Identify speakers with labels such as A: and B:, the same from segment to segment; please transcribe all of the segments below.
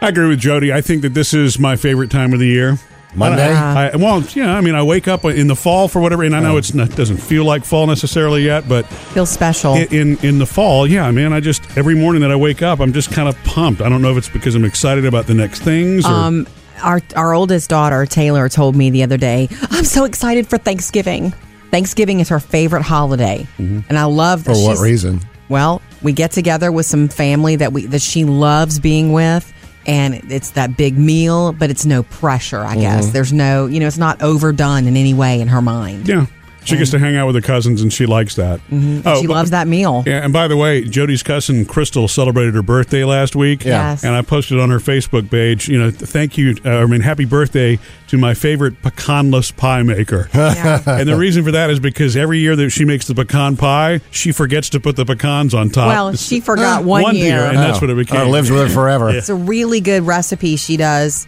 A: I agree with Jody. I think that this is my favorite time of the year.
B: Monday?
A: I, I, well, yeah. I mean, I wake up in the fall for whatever, and I know
C: Oh.
A: it's not, doesn't feel like fall necessarily yet, but
C: Feel special.
A: i- in in the fall, yeah, man. I just every morning that I wake up, I'm just kind of pumped. I don't know if it's because I'm excited about the next things. Or,
C: um, our our oldest daughter Taylor told me the other day, I'm so excited for Thanksgiving. Thanksgiving is her favorite holiday,
A: Mm-hmm.
C: and I love that
B: For what
C: she's-
B: reason?
C: Well, we get together with some family that we that she loves being with, and it's that big meal, but it's no pressure. I guess there's no, you know, it's not overdone in any way in her mind.
A: Mm-hmm. yeah, she gets to hang out with her cousins, and she likes that. Oh,
C: Mm-hmm. she
A: but-
C: loves that meal.
A: Yeah, and by the way, Jody's cousin Crystal celebrated her birthday last week.
B: Yeah.
C: Yes.
A: And I posted on her Facebook page, you know, th- thank you, uh, I mean, happy birthday to my favorite pecanless pie maker. and the reason for that is because every year that she makes the pecan pie, she forgets to put the pecans on top.
C: Well,
A: It's-
C: she forgot one,
A: One year,
C: year.
A: and that's what it became.
B: Or Uh, lives with it forever.
C: It's a really good recipe she does.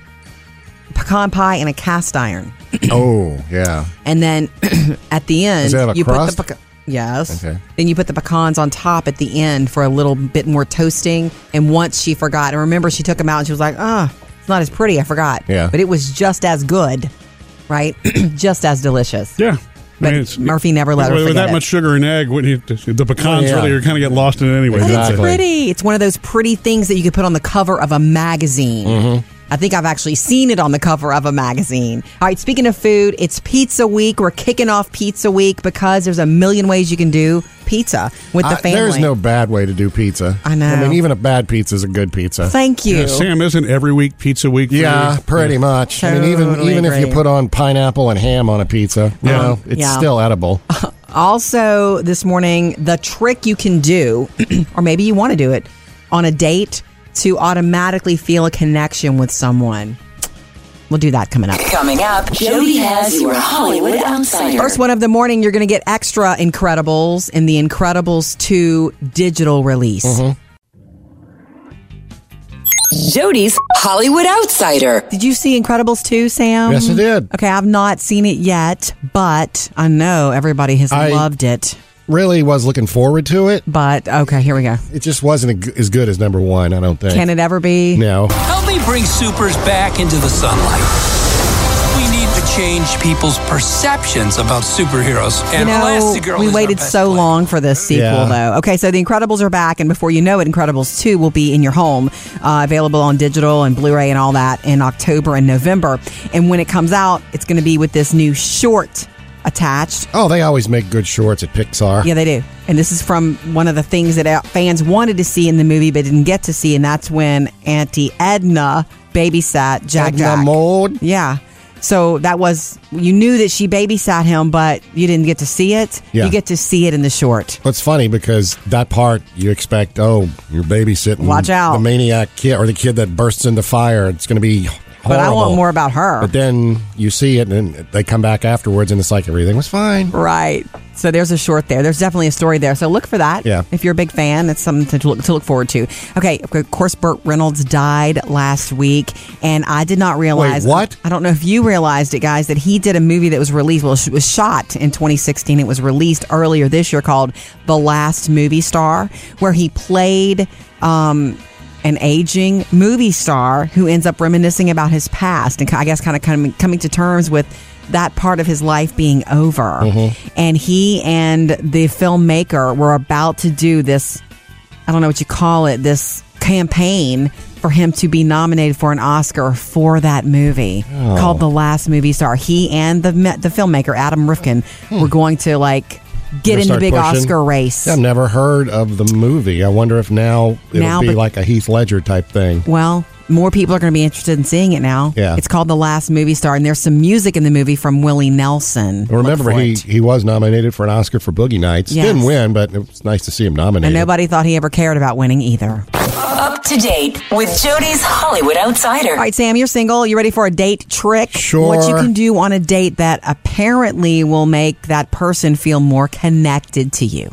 C: Pecan pie in a cast iron.
B: Oh, yeah.
C: And then at the end,
B: Is that a
C: you
B: crust?
C: put the peca- yes.
B: Okay.
C: Then you put the pecans on top at the end for a little bit more toasting. And once she forgot, and remember, she took them out and she was like, "Ah, it's not as pretty. I forgot."
B: Yeah.
C: But it was just as good, right? just as delicious.
A: yeah.
C: But Murphy never let her
A: With
C: forget
A: that
C: it.
A: much sugar and egg, wouldn't you, the pecans
B: Oh, Yeah.
A: really are kind of get lost in it anyway.
C: But
A: don't
B: Exactly.
C: it's pretty. It's one of those pretty things that you could put on the cover of a magazine.
B: Mm-hmm.
C: I think I've actually seen it on the cover of a magazine. All right, speaking of food, it's pizza week. We're kicking off pizza week because there's a million ways you can do pizza with the
B: I-
C: family.
B: there's no bad way to do pizza.
C: I know.
B: I mean, even a bad pizza is a good pizza.
C: Thank you.
A: they? Yeah, Sam, isn't every week pizza week? for
B: yeah,
A: you?
B: pretty much. I mean, even
C: Totally
B: even if you
C: agree.
B: put on pineapple and ham on a pizza, you
A: Yeah.
B: know, it's
C: Yeah.
B: still edible.
C: Also, this morning, the trick you can do, or maybe you want to do it on a date to automatically feel a connection with someone. We'll do that coming up.
D: Coming up, Jody has your Hollywood Outsider.
C: First one of the morning, you're going to get extra Incredibles in the Incredibles 2 digital release.
B: Mm-hmm.
D: Jody's Hollywood Outsider.
C: Did you see Incredibles 2, Sam?
B: Yes, I did.
C: Okay, I've not seen it yet, but I know everybody has
B: I-
C: loved it.
B: Really was looking forward to it.
C: But okay, here we go.
B: It just wasn't a g- as good as number one. I don't think.
C: Can it ever be?
B: no.
E: Help me bring supers back into the sunlight. We need to change people's perceptions about superheroes.
C: You
E: And
C: know,
E: Elastigirl
C: we
E: is our
C: waited
E: best
C: so
E: play.
C: long for this sequel,
B: Yeah.
C: though. Okay, so The Incredibles are back, and before you know it, Incredibles 2 will be in your home, uh, available on digital and Blu ray and all that in October and November. And when it comes out, it's going to be with this new short attached.
B: Oh, they always make good shorts at Pixar.
C: Yeah, they do. And this is from one of the things that uh, fans wanted to see in the movie but didn't get to see, and that's when Auntie Edna babysat Jack
B: Edna
C: Jack.
B: Mode.
C: Yeah. So that was you knew that she babysat him, but you didn't get to see it.
B: Yeah.
C: You get to see it in the short.
B: It's funny because that part you expect. Oh, you're babysitting.
C: Watch out.
B: The maniac kid or the kid that bursts into fire. It's going to be. Horrible.
C: But I want more about her.
B: But then you see it, and then they come back afterwards, and it's like everything was fine.
C: Right. So there's a short there. There's definitely a story there. So look for that.
B: Yeah.
C: If you're a big fan, it's something to look to look forward to. Okay. Of course, Burt Reynolds died last week, and I did not realize.
B: what?
C: I don't know if you realized it, guys, that he did a movie that was released. Well, it was shot in 2016. It was released earlier this year called The Last Movie Star, where he played. Um, an aging movie star who ends up reminiscing about his past and I guess kind of coming, coming to terms with that part of his life being over. And he and the filmmaker were about to do this I don't know what you call it, this campaign for him to be nominated for an Oscar for that movie
B: Oh.
C: called The Last Movie Star. He and the me- the filmmaker Adam Rifkin were going to like
B: Hmm.
C: get
B: Gonna
C: in the
B: start
C: big
B: pushing.
C: Oscar race.
B: I've never heard of the movie. I wonder if now it'll
C: Now,
B: be
C: but-
B: like a Heath Ledger type thing.
C: Well, more people are going to be interested in seeing it now.
B: Yeah.
C: It's called The Last Movie Star, and there's some music in the movie from Willie Nelson. Look
B: Remember,
C: for
B: he,
C: it.
B: he was nominated for an Oscar for Boogie Nights.
C: Yes.
B: Didn't win, but it was nice to see him
C: And
B: nominated.
C: nobody thought he ever cared about winning either. All
D: Up to date with Jody's Hollywood Outsider.
C: right, Sam, you're single. You ready for a date trick?
B: Sure.
C: What you can do on a date that apparently will make that person feel more connected to you.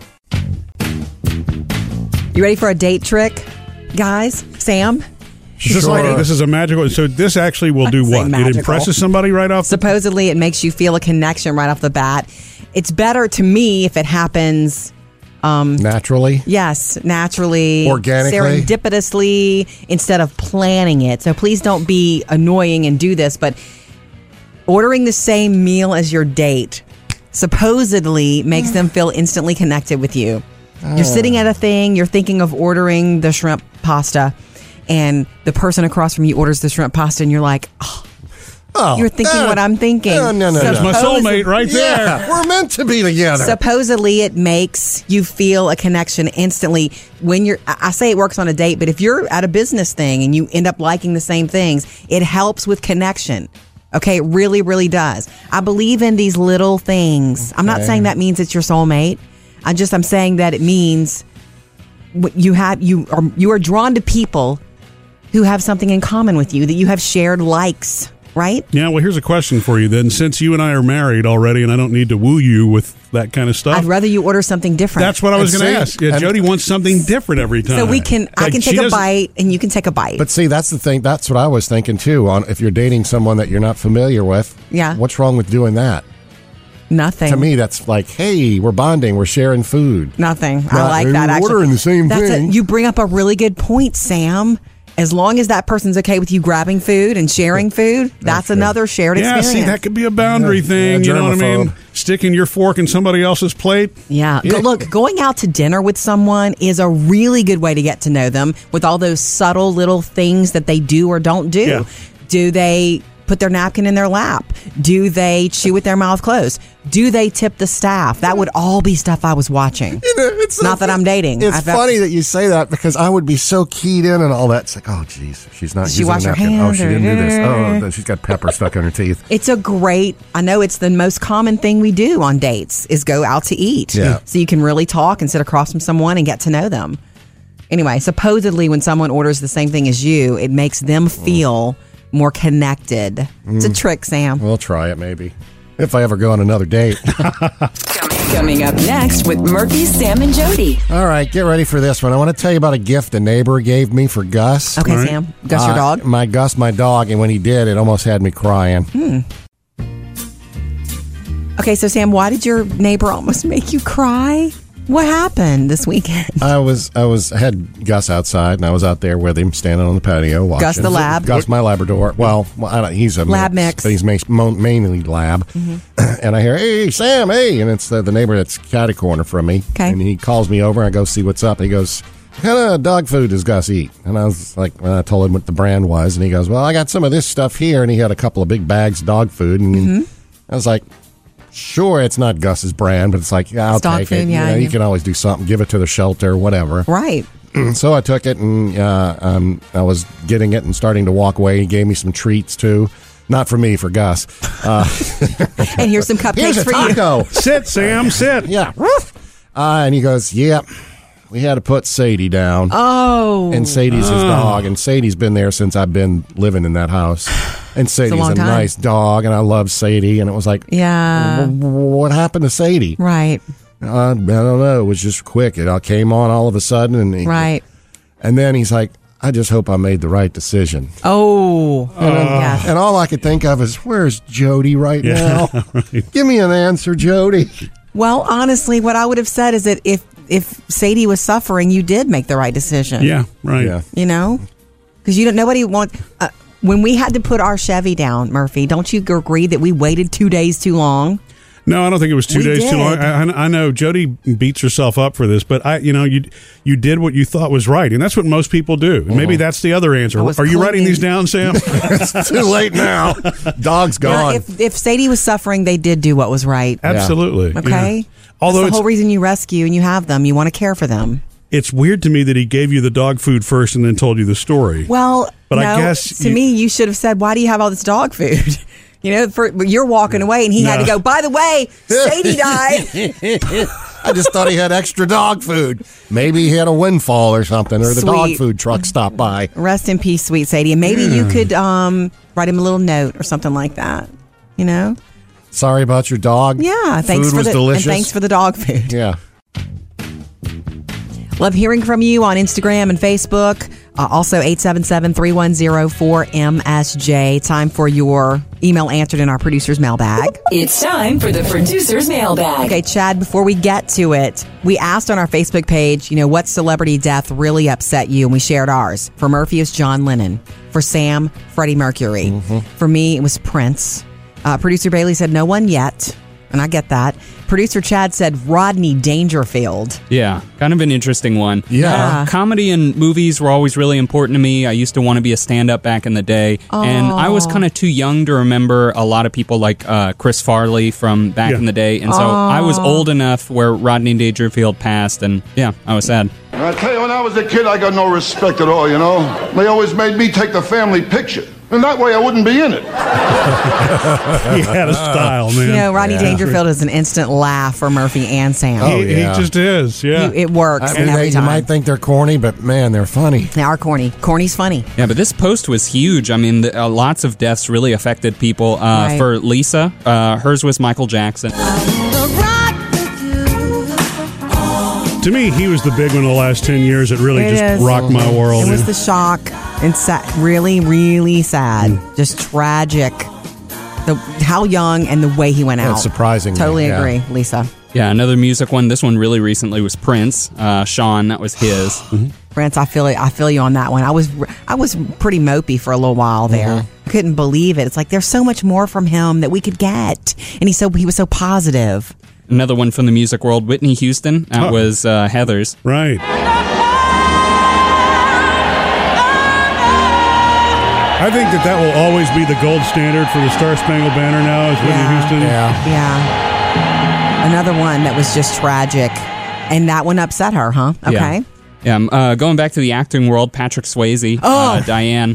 C: You ready for a date trick, guys? Sam?
A: Is this, like-
B: Sure.
A: this is a magical. So this actually will do
C: I'd say
A: what? It
C: magical.
A: impresses somebody right off. the
C: supposedly it makes you feel a connection right off the bat. It's better to me if it happens
B: naturally.
C: Yes, naturally,
B: Organically?
C: serendipitously, instead of planning it. So please don't be annoying and do this, but ordering the same meal as your date supposedly makes them feel instantly connected with you. You're sitting at a thing, you're thinking of ordering the shrimp pasta, and the person across from you orders the shrimp pasta, and you're like, oh,
B: Oh,
C: You're thinking
B: no,
C: what I'm thinking.
B: No, no, no.
A: That's
B: no.
A: my
C: Oh,
A: soulmate right there.
B: Yeah, we're meant to be together.
C: supposedly it makes you feel a connection instantly when you're i I say it works on a date but if you're at a business thing and you end up liking the same things it helps with connection okay it really really does i believe in these little things i'm not saying that means it's your soulmate i just i'm saying that it means what you have you are you are drawn to people who have something in common with you that you have shared likes right
A: Yeah, well, here's a question for you then. Since you and I are married already, and I don't need to woo you with that kind of stuff,
C: i'd rather you order something different
A: that's what I was
B: And
A: going to
B: see-
A: ask. Yeah,
B: and-
A: Jody wants something different every time.
C: so we can i
A: Like,
C: can
A: she
C: take a
A: doesn't-
C: bite and you can take a bite
B: But see, that's the thing. That's what I was thinking too. On if you're dating someone that you're not familiar with,
C: Yeah.
B: what's wrong with doing that?
C: Nothing.
B: To me, that's like, hey, we're bonding, we're sharing food.
C: nothing. I
B: Not-
C: like that.
B: we're
C: Actually,
B: ordering the same
C: That's a-
B: thing.
C: you bring up a really good point, Sam. As long as that person's okay with you grabbing food and sharing food, that's another shared
A: Yeah, see,
C: experience.
A: that could be a boundary
B: Yeah,
A: thing.
B: yeah,
A: you know what I mean?
B: germaphobe.
A: Sticking your fork in somebody else's plate.
C: yeah. Go- Look, going out to dinner with someone is a really good way to get to know them with all those subtle little things that they do or don't do.
A: Yeah.
C: Do they put their napkin in their lap? Do they chew with their mouth closed? Do they tip the staff? That would all be stuff I was watching.
B: It's
C: Not that I'm dating.
B: It's
C: I've-
B: funny that you say that because I would be so keyed in and all that. It's like, oh, jeez, she's not
C: Did she
B: using
C: wash
B: a
C: her
B: napkin. oh,
C: hands
B: she
C: or-
B: didn't do this. Oh, no, she's got pepper stuck in her teeth.
C: It's a great. I know it's the most common thing we do on dates is go out to eat.
B: Yeah.
C: So you can really talk and sit across from someone and get to know them. Anyway, supposedly when someone orders the same thing as you, it makes them
B: Mm.
C: feel more connected. It's a trick, Sam.
B: We'll try it maybe if I ever go on another date.
D: Coming up next with Murphy, Sam, and Jody.
B: all right, get ready for this one. I want to tell you about a gift a neighbor gave me for Gus.
C: Okay,
A: All right.
C: Sam. Gus your
B: Uh,
C: dog.
B: My Gus, my dog, and when he did, it almost had me crying.
C: Okay, so Sam, why did your neighbor almost make you cry? What happened this weekend?
B: I was I was I had Gus outside, and I was out there with him, standing on the patio watching.
C: Gus the lab?
B: Gus my Labrador. Well, well, I don't, he's a
C: Lab mix. Mm-hmm.
B: but he's ma- mo- mainly lab. And I hear, "Hey, Sam, hey!" And it's the, the neighbor that's catty corner from me.
C: Okay.
B: And he calls me over. I go see what's up. And he goes, "What kind of dog food does Gus eat?" And I was like, well, I told him what the brand was, and he goes, "Well, I got some of this stuff here." And he had a couple of big bags of dog food, and
C: Mm-hmm.
B: I was like. Sure, it's not Gus's brand, but it's like yeah, I'll
C: It's dog
B: take
C: food,
B: it.
C: yeah,
B: you, know,
C: I
B: you
C: know.
B: can always do something, give it to the shelter, whatever.
C: right.
B: So I took it and uh, um, I was getting it and starting to walk away. He gave me some treats too. Not for me, for Gus. Uh,
C: And here's some cupcakes
B: here's a
C: for you.
B: taco.
A: Sit, Sam, sit.
B: yeah. Woof. Uh, and he goes, Yep. we had to put Sadie down.
C: Oh.
B: And Sadie's his dog. And Sadie's been there since I've been living in that house. And Sadie's
C: long
B: a,
C: time.
B: nice dog. And I love Sadie. And it was like,
C: Yeah.
B: "W- w- What happened to Sadie?
C: Right.
B: Uh, I don't know. It was just quick. It all came on all of a sudden. And, he-
C: Right.
B: and then he's like, I just hope I made the right decision.
C: Oh.
B: Uh,
C: yes.
B: And all I could think of is, where's Jody right now? Give me an answer, Jody.
C: Well, honestly, what I would have said is that if if Sadie was suffering, you did make the right decision.
A: Yeah, right.
B: Yeah.
C: You know, because you don't. Nobody wants. Uh, when we had to put our Chevy down, Murphy, don't you agree that we waited two days too long?
A: No, I don't think it was two
C: We
A: days
C: did.
A: too long. I, I- I know Jody beats herself up for this, but I, you know, you you did what you thought was right, and that's what most people do. And
B: Uh-huh.
A: Maybe that's the other answer.
C: I
A: Are
C: was
A: you writing
C: clinging.
A: these down, Sam?
B: It's too late now. Dog's
C: Now,
B: gone.
C: if if Sadie was suffering, they did do what was right.
A: Absolutely.
C: Okay.
A: Yeah.
C: That's
A: Although
C: the
A: it's,
C: whole reason you rescue and you have them, you want to care for them.
A: it's weird to me that he gave you the dog food first and then told you the story.
C: Well,
A: But
C: no,
A: I guess
C: to
A: you-
C: me, you should have said, "Why do you have all this dog food?" You know, for you're walking away, and he had
A: No.
C: to go. By the way, Sadie died.
B: I just thought he had extra dog food. Maybe he had a windfall or something, or the dog
C: Sweet.
B: food truck stopped by.
C: Rest in peace, sweet Sadie. And maybe
B: Mm.
C: you could um, write him a little note or something like that. You know?
B: Sorry about your dog.
C: Yeah. Thanks
B: food
C: for
B: was
C: the
B: delicious.
C: and thanks for the dog food.
B: yeah.
C: Love hearing from you on Instagram and Facebook. Uh, also, 877-310-4MSJ. Time for your email answered in our producer's mailbag.
D: It's time for the producer's mailbag.
C: Okay, Chad, before we get to it, we asked on our Facebook page, you know, what celebrity death really upset you? And we shared ours. For Murphy, it's John Lennon. For Sam, Freddie Mercury.
B: Mm-hmm.
C: For me, it was Prince. Uh, Producer Bailey said, no one yet. And I get that. Producer Chad said, Rodney Dangerfield.
F: Yeah, kind of an interesting one.
B: Yeah.
F: Uh, comedy and movies were always really important to me. I used to want to be a stand up back in the day. And I was kind of too young to remember a lot of people like uh, Chris Farley from back
A: Yeah.
F: in the day. And so I was old enough where Rodney Dangerfield passed. And yeah, I was sad.
G: And I tell you, when I was a kid, I got no respect at all, you know? They always made me take the family picture. And that way I wouldn't be in it.
A: He had a style, man.
C: uh, You know, Rodney Dangerfield is an instant laugh for Murphy and Sam.
B: Oh,
A: he,
B: yeah.
A: he just is. Yeah.
C: You- it works
B: I mean,
C: every
B: they, you
C: time.
B: might think they're corny, but man, they're funny.
C: They are corny. Corny's funny.
F: Yeah, but this post was huge. I mean, the, uh, lots of deaths really affected people. Uh,
C: Right.
F: For Lisa, uh, hers was Michael Jackson.
A: to me, he was the big one in the last ten years. It really
C: It
A: just
C: is.
A: rocked my world.
C: It was
A: Yeah.
C: the shock and sa- really, really sad, just tragic. The how young and the way he went
B: Yeah,
C: out.
B: surprisingly,
C: Totally
B: yeah.
C: agree, Lisa.
F: Yeah, another music one. This one really recently was Prince. Uh, Sean, that was his.
C: France, I feel it. I feel you on that one. I was I was pretty mopey for a little while there. Couldn't believe it. It's like there's so much more from him that we could get, and he so he was so positive.
F: Another one from the music world, Whitney Houston. That
A: Huh.
F: was uh, Heather's.
A: right. I think that that will always be the gold standard for the Star Spangled Banner. Now is Whitney
C: Yeah.
A: Houston.
B: Yeah.
C: Yeah, another one that was just tragic, and that one upset her, huh? Okay.
F: Yeah. Yeah, um, uh, going back to the acting world, Patrick Swayze, uh, Diane.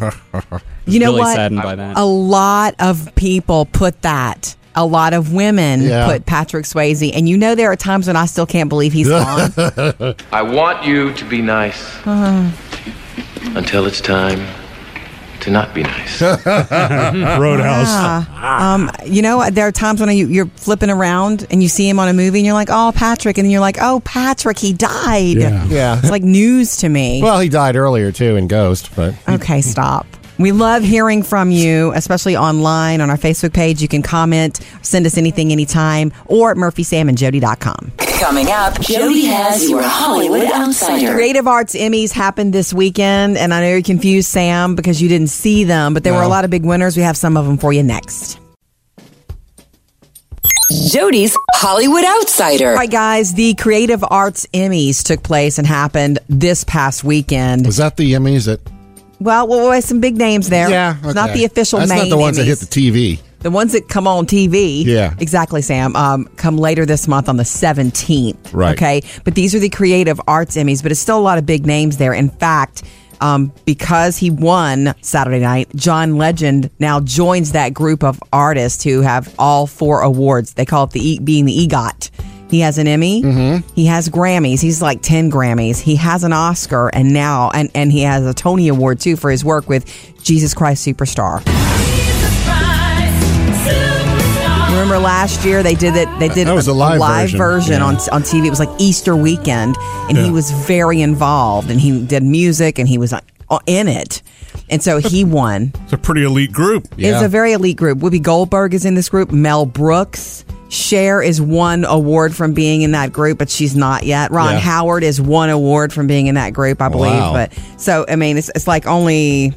C: you Oh. know
F: really
C: what?
F: saddened by that.
C: A lot of people put that. A lot of women
B: Yeah.
C: put Patrick Swayze, and you know there are times when I still can't believe he's gone.
H: I want you to be nice until it's time to not be nice.
A: Roadhouse.
C: Ah. Um, you know, there are times when you, you're flipping around and you see him on a movie, and you're like, "Oh, Patrick," and then you're like, "Oh, Patrick, he died."
A: Yeah.
B: Yeah.
C: it's like news to me.
B: Well, he died earlier, too, in Ghost, but.
C: Okay, stop. We love hearing from you, especially online on our Facebook page. You can comment, send us anything anytime, or at murphysamandjody.com.
D: Coming up, Jody has your Hollywood Outsider.
C: Creative Arts Emmys happened this weekend, and I know you're confused, Sam, because you didn't see them, but there were a lot of big winners. We have some of them for you next.
D: Jody's Hollywood Outsider.
C: All right, guys, the Creative Arts Emmys took place and happened this past weekend.
B: Was that the Emmys that?
C: Well, well, well some big names there. It's not
B: okay.
C: the official
B: That's
C: main
B: not the ones that
C: Emmys.
B: hit the TV.
C: The ones that come on TV.
B: Yeah.
C: Exactly, Sam. Um, come later this month on the 17th.
B: Right.
C: Okay. But these are the Creative Arts Emmys, but it's still a lot of big names there. In fact, um, because he won Saturday night, John Legend now joins that group of artists who have all four awards. They call it the e- being the EGOT. He has an Emmy.
B: Mm-hmm.
C: He has Grammys. He's like 10 Grammys. He has an Oscar and now, and, and he has a Tony Award too for his work with Jesus Christ Superstar. Remember last year they did it. They did
B: That was a live version. Yeah.
C: on on TV. It was like Easter weekend, and he
A: Yeah.
C: was very involved, and he did music, and he was uh, in it, and so he won.
A: It's a pretty elite group.
C: It's a very elite group. Whoopi Goldberg is in this group. Mel Brooks. Cher is one award from being in that group, but she's not yet. Ron
B: Yeah.
C: Howard is one award from being in that group, I believe.
B: Wow.
C: But so I mean, it's it's like only,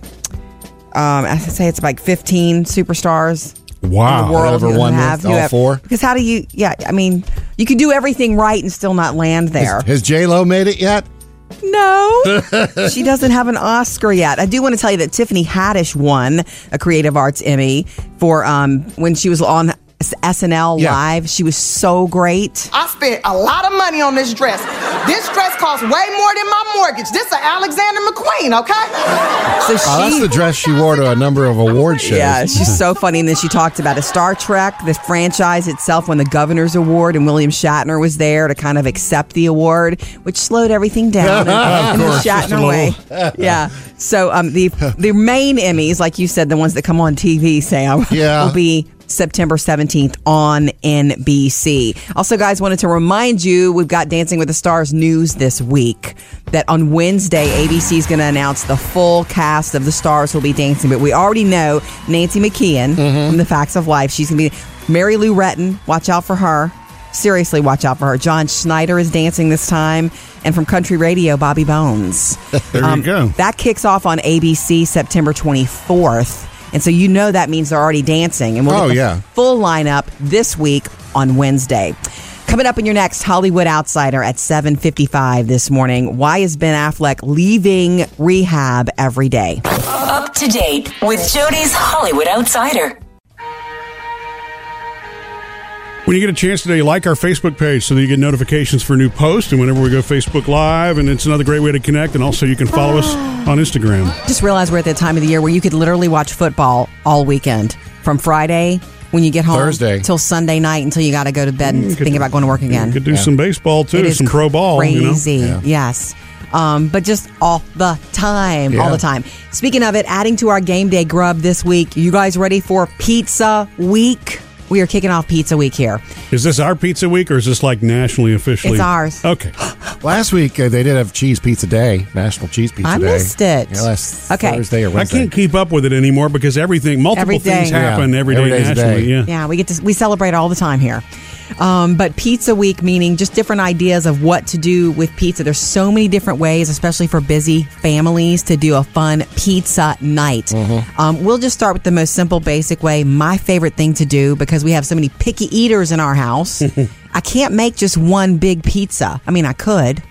C: um, I say it's like fifteen superstars in the
A: Wow.
C: world
B: Whoever
C: you
B: won
C: have,
B: this, all
C: you have-
B: four?
C: Because how do you? Yeah, I mean, you can do everything right and still not land there.
B: Has J Lo made it yet?
C: No, she doesn't have an Oscar yet. I do want to tell you that Tiffany Haddish won a Creative Arts Emmy for um, when she was on SNL
B: Yeah.
C: Live. She was so great.
I: I spent a lot of money on this dress. This dress costs way more than my mortgage. This is Alexander McQueen, okay?
C: So she.
B: Oh, that's the dress she wore to a number of award shows.
C: Yeah, she's so funny. And then she talked about a Star Trek, the franchise itself, when the Governor's Award and William Shatner was there to kind of accept the award, which slowed everything down in, in the
A: course, just a
C: Shatner way. yeah. So um, the the main Emmys, like you said, the ones that come on TV, Sam,
B: Yeah.
C: will be September 17th on NBC. Also, guys, wanted to remind you we've got Dancing with the Stars news this week that on Wednesday, ABC is going to announce the full cast of the stars who will be dancing. But we already know Nancy McKeon from The Facts of Life. She's going to be Mary Lou Retton. Watch out for her. Seriously, watch out for her. John Schneider is dancing this time. And from country radio, Bobby Bones.
A: There you go.
C: That kicks off on ABC September 24th. And so you know that means they're already dancing. And we'll
B: Oh,
C: get the
B: yeah.
C: full lineup this week on Wednesday. Coming up in your next Hollywood Outsider at 7.55 this morning, why is Ben Affleck leaving rehab every day?
D: Up to date with Jody's Hollywood Outsider.
A: When you get a chance today, like our Facebook page so that you get notifications for new posts and whenever we go Facebook Live. And it's another great way to connect. And also, you can follow us
C: Ah.
A: on Instagram.
C: Just realize we're at that time of the year where you could literally watch football all weekend from Friday when you get home
B: Thursday.
C: till Sunday night until you got to go to bed and think about going to work again.
A: You could do some baseball too, some pro ball.
C: Crazy,
A: You know?
B: Yeah.
C: yes. Um, but just all the time, all
B: Yeah.
C: the time. Speaking of it, adding to our game day grub this week. You guys ready for Pizza Week? We are kicking off Pizza Week here.
A: Is this our pizza week or is this like nationally officially?
C: It's ours.
A: Okay.
B: Last week uh, they did have Cheese Pizza Day, National Cheese Pizza
C: I
B: Day.
C: missed it.
B: Yeah, last
C: Okay.
B: Thursday or
A: I
B: Wednesday.
A: can't keep up with it anymore because everything, multiple
C: Everything.
A: things
C: Yeah.
A: happen every day
B: Every day's a
A: nationally.
B: day.
A: Yeah.
C: Yeah, we get to we celebrate all the time here. Um, but pizza week meaning just different ideas of what to do with pizza. There's so many different ways, especially for busy families, to do a fun pizza night. Um, we'll just start with the most simple, basic way. My favorite thing to do because we have so many picky eaters in our house. I can't make just one big pizza. I mean, I could.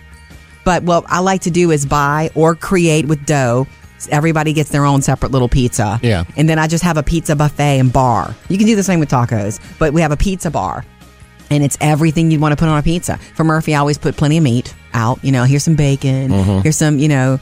C: But what I like to do is buy or create with dough. Everybody gets their own separate little pizza.
B: Yeah.
C: And then I just have a pizza buffet and bar. You can do the same with tacos, but we have a pizza bar. And it's everything you'd want to put on a pizza. For Murphy, I always put plenty of meat out. You know, here's some bacon. Here's some, you know,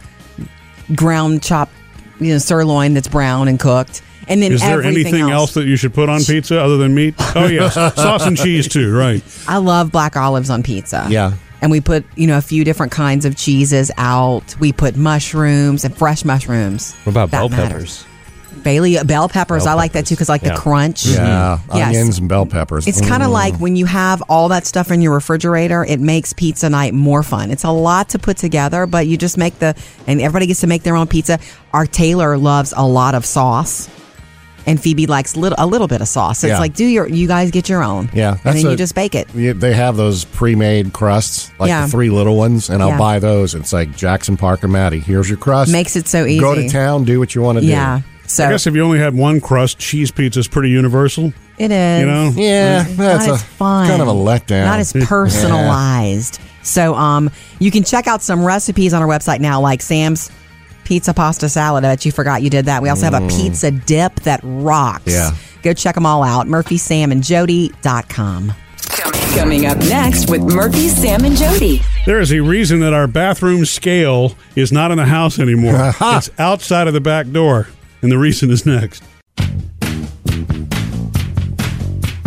C: ground chopped, you know, sirloin that's brown and cooked. And then
A: Is there
C: everything
A: anything else. that you should put on pizza other than meat? Oh, yes. Sauce and cheese, too, right.
C: I love black olives on pizza.
B: Yeah.
C: And we put, you know, a few different kinds of cheeses out. We put mushrooms and fresh mushrooms.
J: What about
C: That
J: bell
C: matters.
J: peppers?
C: Bailey uh, bell peppers. I like that too because like
J: Yeah.
C: the crunch.
B: Yeah,
C: Mm-hmm. Yes.
B: onions and bell peppers.
C: It's kind of
B: Mm.
C: like when you have all that stuff in your refrigerator, it makes pizza night more fun. It's a lot to put together, but you just make the, and everybody gets to make their own pizza. Our Taylor loves a lot of sauce. And Phoebe likes little, a little bit of sauce. So
B: Yeah.
C: It's like, do your, you guys get your own.
B: Yeah,
C: And
B: that's
C: then you
B: a-
C: just bake it.
B: Yeah, they have those pre-made crusts, like
C: Yeah.
B: the three little ones, and I'll
C: Yeah.
B: buy those. It's like Jackson Parker Maddie. Here's your crust.
C: Makes it so
B: Go to
C: easy.
B: town, do what you want to
C: Yeah. So
A: I guess if you only had one crust, cheese pizza is pretty universal.
C: it is.
A: You know?
B: do. Yeah, that's
C: Mm. not
B: a
C: as fun.
B: kind of a letdown.
C: Not as personalized. So um, you can check out some recipes on our website now, like Sam's pizza pasta salad. I bet you forgot you did that. We also have a pizza dip that rocks.
B: Mm. Yeah.
C: Go check them all out. MurphySamandJody.com.
D: Coming up next with Murphy, Sam, and Jody.
A: There is a reason that our bathroom scale is not in the house anymore. It's outside of the back door, and the reason is next.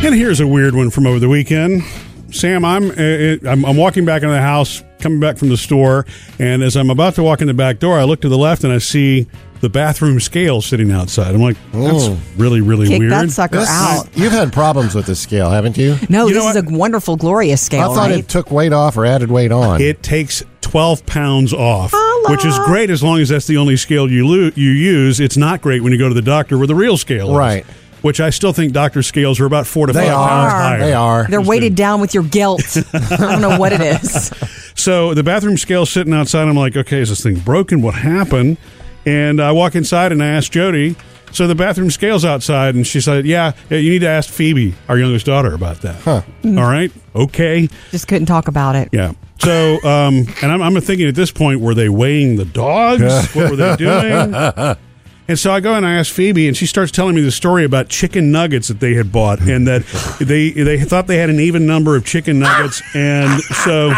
A: And here's a weird one from over the weekend. Sam, I'm uh, I'm, I'm walking back into the house, coming back from the store, and as I'm about to walk in the back door, I look to the left and I see the bathroom scale sitting outside. I'm like, that's
B: Oh.
A: really really
C: Kick
A: weird.
C: that sucker
B: This-
C: out.
B: You've had problems with this scale, haven't you?
C: No,
A: You know
C: this is
A: what?
C: a wonderful, glorious
B: I
C: scale,
B: thought
C: right?
B: it took weight off or added weight on.
A: It takes 12 pounds off,
C: Hello.
A: which is great as long as that's the only scale you lo- you use. It's not great when you go to the doctor where the real scale is.
B: Right.
A: Which I still think doctor scales are about four to
B: they
A: five
B: are.
A: pounds higher.
B: They are.
C: They're weighted down with your guilt. I don't know what it is.
A: So the bathroom scale's sitting outside. I'm like, okay, is this thing broken? What happened? And I walk inside and I ask Jody. So the bathroom scale's outside, and she said, "Yeah, yeah, you need to ask Phoebe, our youngest daughter, about that." All right, okay.
C: Just couldn't talk about it.
A: Yeah. So, um, and I'm, I'm thinking at this point, were they weighing the dogs? what were they doing? And so I go and I ask Phoebe, and she starts telling me the story about chicken nuggets that they had bought, and that they they thought they had an even number of chicken nuggets, and so.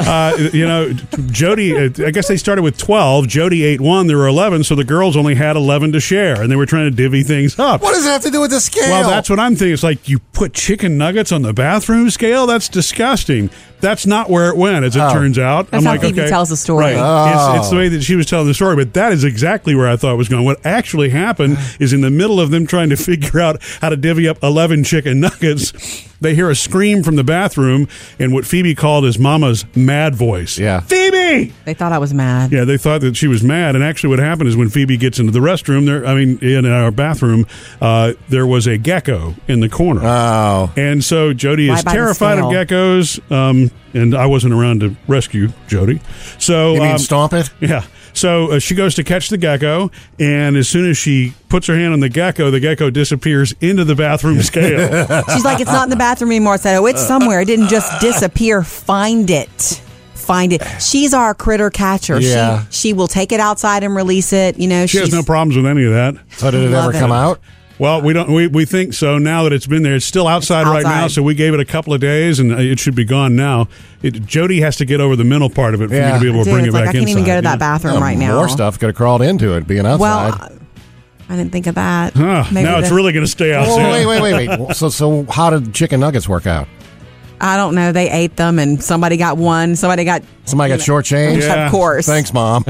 A: Uh, you know, Jody, uh, I guess they started with 12. Jody ate one. There were 11, so the girls only had 11 to share, and they were trying to divvy things up.
B: What does it have to do with the scale?
A: Well, that's what I'm thinking. It's like you put chicken nuggets on the bathroom scale. That's disgusting. That's not where it went, as it
B: Oh.
A: turns out.
C: That's
A: I'm
C: how
A: like,
C: Phoebe
A: okay,
C: tells the story.
A: Right. It's, it's the way that she was telling the story, but that is exactly where I thought it was going. What actually happened is in the middle of them trying to figure out how to divvy up 11 chicken nuggets, they hear a scream from the bathroom and what Phoebe called his mama's mad voice.
B: Yeah.
A: Phoebe!
C: They thought I was mad.
A: Yeah, they thought that she was mad, and actually, what happened is when Phoebe gets into the restroom, there, I mean, in our bathroom, uh, there was a gecko in the corner,
B: Oh.
A: and so Jody
C: Why
A: is
C: by the
A: terrified of
C: scale?
A: geckos. Um, and I wasn't around to rescue Jody, so
B: You mean
A: um,
B: stomp it?
A: yeah. So uh, she goes to catch the gecko, and as soon as she puts her hand on the gecko, the gecko disappears into the bathroom scale.
C: She's like, it's not in the bathroom anymore. I said, oh, it's somewhere. It didn't just disappear. Find it. Find it. She's our critter catcher.
B: Yeah.
C: She, she will take it outside and release it. You know,
A: she has
C: she's,
A: no problems with any of that.
B: So did it
C: Love
B: ever
C: it.
B: come out?
A: Well, we don't. We, we think so. Now that it's been there, it's still outside, right
C: outside.
A: now. So we gave it a couple of days, and uh, it should be gone now. It, Jody has to get over the mental part of it for me
B: Yeah.
A: to be able to
C: Dude,
A: bring
C: it's
A: it
C: like,
A: back
C: I can't
A: inside.
C: even go to
A: yeah.
C: that bathroom
B: Oh,
C: right now.
B: More stuff could have crawled into it being outside.
C: Well, I didn't think of that.
A: Huh,
C: Maybe
A: now it's
C: the-
A: really going to stay
B: Whoa,
A: outside.
B: wait, wait, wait, wait. So, so how did chicken nuggets work out?
C: I don't know. They ate them, and somebody got one. Somebody got.
B: Somebody got shortchanged?
A: Yeah.
C: Of course.
B: Thanks, Mom.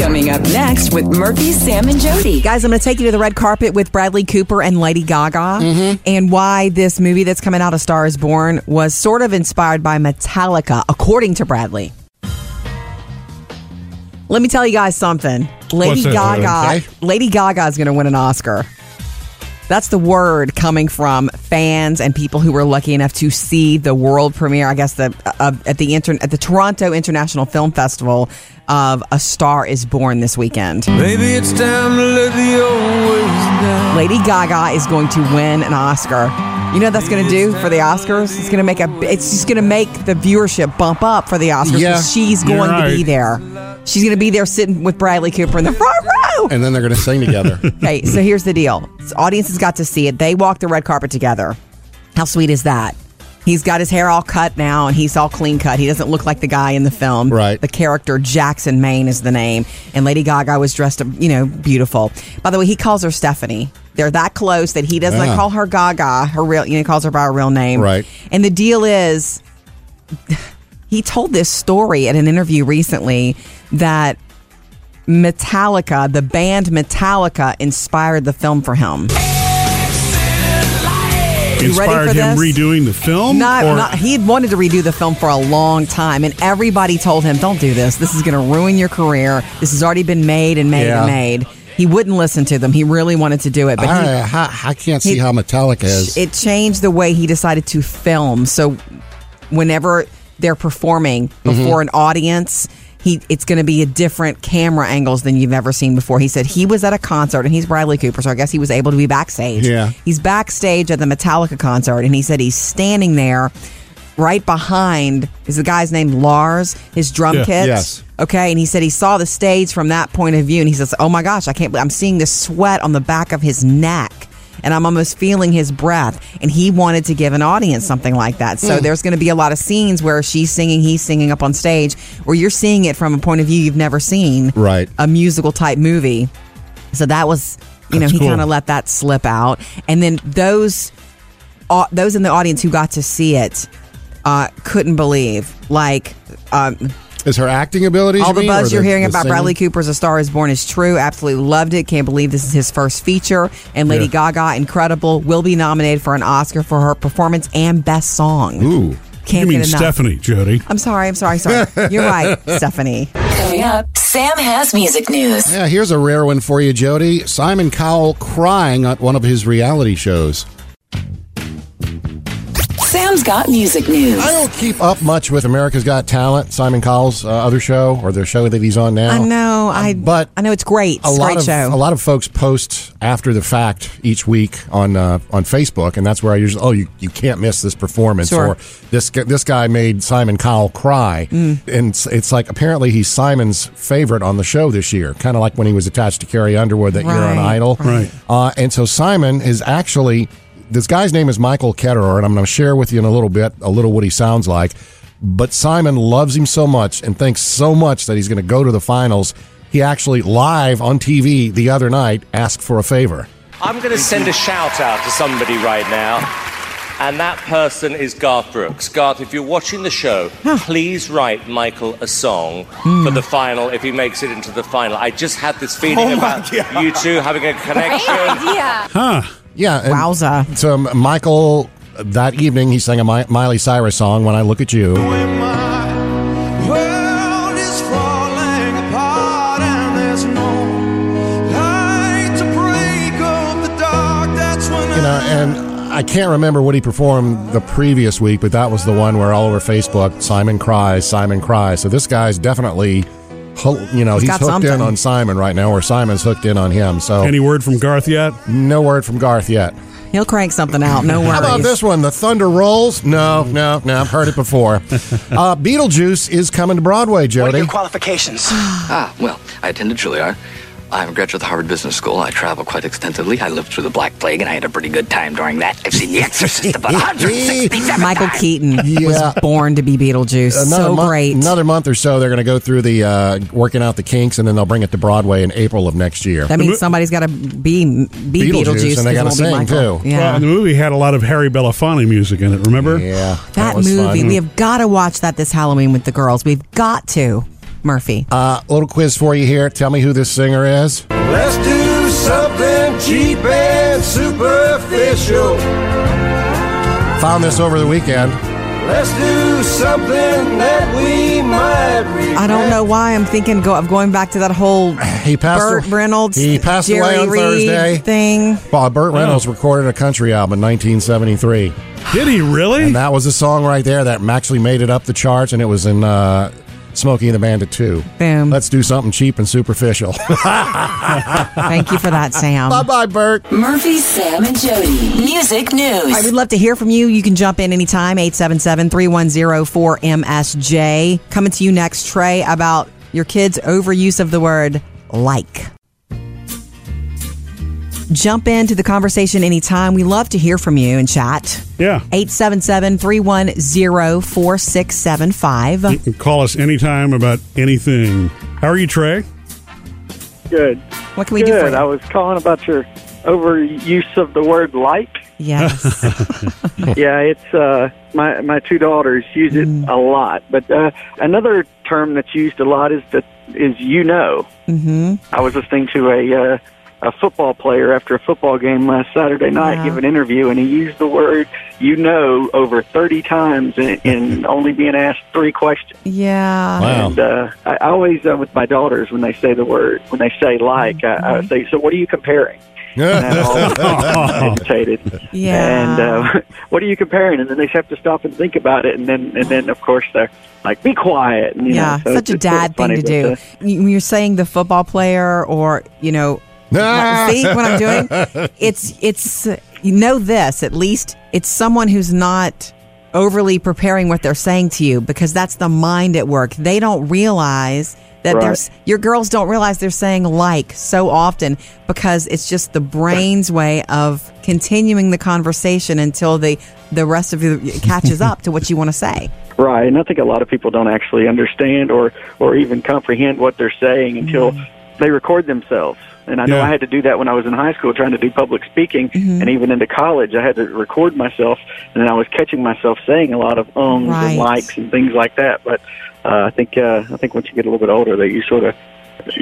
D: Coming up next with Murphy, Sam, and Jody.
C: Guys, I'm going to take you to the red carpet with Bradley Cooper and Lady Gaga,
A: Mm-hmm.
C: and why this movie that's coming out, A Star is Born, was sort of inspired by Metallica, according to Bradley. Let me tell you guys something.
A: What's
C: Lady
A: that? uh,
C: Gaga,
B: Okay.
C: Lady Gaga is going to win an Oscar. That's the word coming from fans and people who were lucky enough to see the world premiere. I guess the uh, at the intern at the Toronto International Film Festival of A Star Is Born this weekend.
E: Maybe it's time to let the old ways down.
C: Lady Gaga is going to win an Oscar. You know what that's going to do for the Oscars? It's going to make a. It's just going to make the viewership bump up for the Oscars.
B: Yeah,
C: she's
A: you're
C: going to be
A: right.
C: there. She's going to be there sitting with Bradley Cooper in the front row.
B: And then they're going to sing together.
C: Okay, so here's the deal. So audiences got to see it. They walked the red carpet together. How sweet is that? He's got his hair all cut now and he's all clean cut. He doesn't look like the guy in the film.
B: Right.
C: The character Jackson Maine is the name. And Lady Gaga was dressed, up, you know, beautiful. By the way, he calls her Stephanie. They're that close that he doesn't
B: Yeah.
C: call her Gaga. Her real, you know, he calls her by her real name.
B: Right.
C: And the deal is, he told this story at an interview recently that Metallica, the band Metallica, inspired the film for him.
A: Inspired
C: for
A: him
C: this?
A: redoing the film.
C: Not,
A: or-
C: not, he had wanted to redo the film for a long time, and everybody told him, "Don't do this. This is going to ruin your career. This has already been made and made
B: Yeah.
C: and made." He wouldn't listen to them. He really wanted to do it, but he,
B: I, I, I can't see
C: He-
B: how Metallica is.
C: it changed the way he decided to film. So whenever they're performing before an audience, he it's going to be a different camera angles than you've ever seen before. He said he was at a concert and he's Bradley Cooper, so I guess he was able to be backstage.
B: Yeah.
C: He's backstage at the Metallica concert and he said he's standing there right behind is the guy's name Lars, his drum
A: Yeah,
C: kit.
B: yes.
C: Okay, and he said he saw the stage from that point of view, and he says, "Oh my gosh, I can't! believe I'm seeing the sweat on the back of his neck, and I'm almost feeling his breath." And he wanted to give an audience something like that.
A: Hmm.
C: So there's going to be a lot of scenes where she's singing, he's singing up on stage, where you're seeing it from a point of view you've never seen,
B: Right.
C: A musical type movie. So that was, you know,
A: That's
C: he
A: cool.
C: kind of let that slip out, and then those au- those in the audience who got to see it uh, couldn't believe like um,
B: Is her acting abilities?
C: all
B: you
C: the
B: mean, or
C: buzz you're hearing
B: the
C: about
B: singing?
C: Bradley Cooper's A Star Is Born is true. Absolutely loved it. Can't believe this is his first feature. And Lady
A: Yeah.
C: Gaga, incredible, will be nominated for an Oscar for her performance and best song.
B: Ooh.
C: Can't
A: you mean
C: get enough.
A: Stephanie, Jody?
C: I'm sorry. I'm sorry. Sorry. You're right, Stephanie.
D: Coming up, Sam has music news.
B: Yeah, here's a rare one for you, Jody. Simon Cowell crying at one of his reality shows.
D: Sam's got music news.
B: I don't keep up much with America's Got Talent, Simon Cowell's uh, other show or their show that he's on now.
C: I know. I
B: Um, but
C: I know it's great. It's
B: a
C: a
B: lot
C: great
B: of
C: show.
B: a lot of folks post after the fact each week on uh, on Facebook, and that's where I usually oh you, you can't miss this performance
C: Sure.
B: or this gu- this guy made Simon Cowell cry,
C: Mm.
B: and it's, it's like apparently he's Simon's favorite on the show this year, kind of like when he was attached to Carrie Underwood that year on
C: Right,
B: Idol,
A: right.
B: Uh, and so Simon is actually this guy's name is Michael Ketterer, and I'm going to share with you in a little bit a little what he sounds like. But Simon loves him so much and thinks so much that he's going to go to the finals. He actually live on TV the other night asked for a favor.
J: I'm going to send a shout out to somebody right now. And that person is Garth Brooks. Garth, if you're watching the show, please write Michael a song
C: Hmm.
J: for the final if he makes it into the final. I just had this feeling
K: Oh my
J: about you two having a connection.
K: idea.
B: Huh. Yeah. and
C: Wowza.
B: So um, Michael, that evening, he sang a Mi- Miley Cyrus song, When I Look at You.
K: World is falling apart and there's no light to break up the dark. That's when
B: You know, and I can't remember what he performed the previous week, but that was the one where all over Facebook, Simon cries, Simon cries. So this guy's definitely, ho- you know,
C: He's
B: he's,
C: got
B: hooked in
C: something.
B: on Simon right now, or Simon's hooked in on him. So
A: Any word from Garth yet?
B: no word from Garth yet.
C: He'll crank something out. No worries.
B: How about this one? The Thunder Rolls? No, no, no. I've heard it before. uh, Beetlejuice is coming to Broadway, Jody.
L: qualifications? ah, well, I attended Juilliard. I'm a graduate of the Harvard Business School. I travel quite extensively. I lived through the Black Plague, and I had a pretty good time during that. I've seen The Exorcist about 167
C: Michael
L: times.
C: Keaton
B: Yeah. Uh,
C: was born to be Beetlejuice. so
B: month,
C: great.
B: Another month or so, they're going to go through the uh, working out the kinks, and then they'll bring it to Broadway in April of next year.
C: that means somebody's got to be, be
B: Beetlejuice,
C: Beetlejuice,
B: and they gotta
C: 'cause it won't be
B: sing,
C: Michael.
B: too.
C: Yeah.
A: Well, and the movie had a lot of Harry Belafonte music in it. Remember?
B: yeah,
C: that
B: was
C: movie.
B: fun.
C: We have got to watch that this Halloween with the girls. We've got to, Murphy.
B: Uh, little quiz for you here. Tell me who this singer is.
K: Let's do something cheap and superficial.
B: Found this over the weekend.
K: Let's do something that we might regret.
C: I don't know why I'm thinking go, of going back to that whole
B: He passed.
C: Burt Reynolds,
B: He passed
C: Jerry
B: away on
C: Reed Oh.
B: Thursday.
C: thing.
B: Well, Burt Reynolds recorded a country album in 1973,
A: Did he really?
B: and that was a song right there that actually made it up the charts, and it was in uh, "Smokey and the Bandit 2."
C: Boom.
B: Let's do something cheap and superficial.
C: Thank you for that, Sam.
B: bye, bye, Burt.
D: Murphy, Sam, and Jody. Music
C: All right,
D: news.
C: we'd love to hear from you. You can jump in anytime, 877-310-4MSJ. Coming to you next, Trey, about your kids' overuse of the word like. Jump into the conversation anytime. We love to hear from you and chat.
A: Yeah.
C: 877-310-4675.
A: You can call us anytime about anything. How are you, Trey?
M: Good.
C: What can we
M: Good.
C: do for
M: I
C: you?
M: was calling about your overuse of the word like.
C: Yes.
M: yeah, it's uh, my my two daughters use it a lot. But uh, another term that's used a lot is that is you know.
C: hmm
M: I was listening to a uh, a football player after a football game last Saturday night
C: Wow.
M: give an interview, and he used the word you know over thirty times in, in only being asked three questions.
C: Yeah.
M: And uh, I I always, uh, with my daughters, when they say the word, when they say like, I, I say, so what are you comparing? And I'm always irritated.
C: Yeah.
M: And uh, what are you comparing? And then they have to stop and think about it. And then, and then of course, they're like, be quiet. And, you
C: yeah,
M: know, so
C: such
M: it's
C: a
M: just sort of
C: dad thing
M: funny,
C: to do.
M: but, uh,
C: You- when you're saying the football player, or you know,
B: Ah!
C: see what I'm doing? It's it's uh, you know this at least. It's someone who's not overly preparing what they're saying to you because that's the mind at work. They don't realize that
M: Right.
C: there's your girls don't realize they're saying like so often because it's just the brain's way of continuing the conversation until the the rest of you catches up to what you want to say.
M: Right, and I think a lot of people don't actually understand or or even comprehend what they're saying until
C: Mm-hmm.
M: they record themselves. And I know
A: Yeah.
M: I had to do that when I was in high school trying to do public speaking,
C: Mm-hmm.
M: and even into college, I had to record myself, and then I was catching myself saying a lot of ums
C: Right.
M: and likes and things like that. But uh, I think uh, I think once you get a little bit older, that you sort of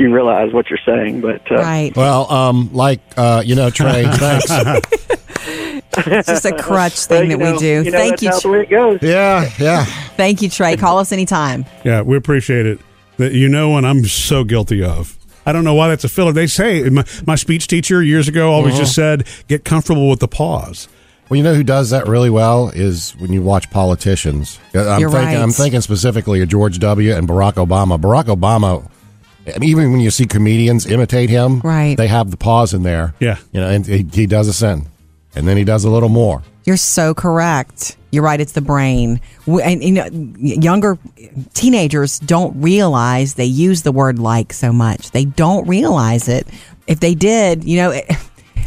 M: you realize what you're saying. But uh,
C: Right.
B: Well, um, like uh, you know, Trey. Thanks.
C: It's just a crutch
M: well,
C: thing
M: you
C: that
M: know,
C: we do.
M: You know,
C: thank
M: that's
C: you,
M: how the
C: Tr-
M: way it goes.
B: yeah, yeah.
C: thank you, Trey. Call us anytime.
A: Yeah, we appreciate it. That you know, and I'm so guilty of. I don't know why that's a filler. They say my, my speech teacher years ago always just said, "Get comfortable with the pause."
B: Well, you know who does that really well is when you watch politicians. I'm
C: You're
B: thinking,
C: right.
B: I'm thinking specifically of George W. and Barack Obama. Barack Obama, I mean, even when you see comedians imitate him,
C: Right.
B: They have the pause in there.
A: Yeah.
B: you know, and he, he does a sentence, and then he does a little more.
C: You're so correct. You're right. It's the brain, We- and you know, younger teenagers don't realize they use the word "like" so much. They don't realize it. If they did, you know, eh, it,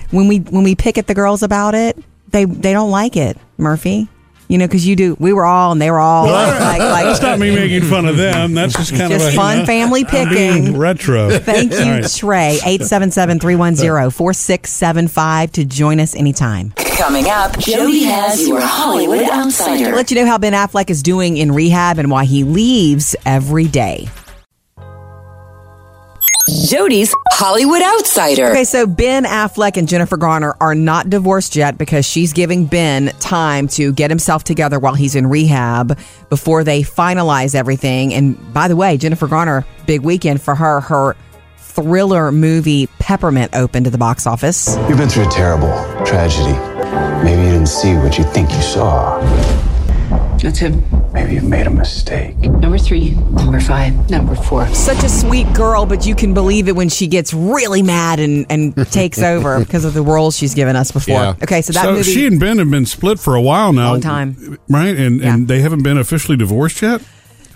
C: when we when we pick at the girls about it, they they don't like it. Murphy, You know, because you do. We were all, and they were all like, like
A: that's not me making fun of them. That's just kind
C: Just
A: of a,
C: fun family
A: I'm being
C: picking.
A: retro.
C: Thank you,
A: All right.
C: Trey. 877 310 4675 to join us anytime.
D: Coming up, Jody has your Hollywood
C: To
D: Outsider.
C: let you know how Ben Affleck is doing in rehab and why he leaves every day.
D: Jody's Hollywood Outsider.
C: Okay, so Ben Affleck and Jennifer Garner are not divorced yet because she's giving Ben time to get himself together while he's in rehab before they finalize everything. And by the way, Jennifer Garner, big weekend for her. Her thriller movie Peppermint opened at the box office.
N: You've been through a terrible tragedy. Maybe you didn't see what you think you saw.
O: That's him.
N: Maybe you've made a mistake.
O: Number three. Number five. Number four.
C: Such a sweet girl, but you can believe it when she gets really mad and, and takes over because of the roles she's given us before.
A: Yeah.
C: Okay, so that movie.
A: she and Ben have been split for a while now.
C: Long time.
A: right? And and they haven't been officially divorced yet.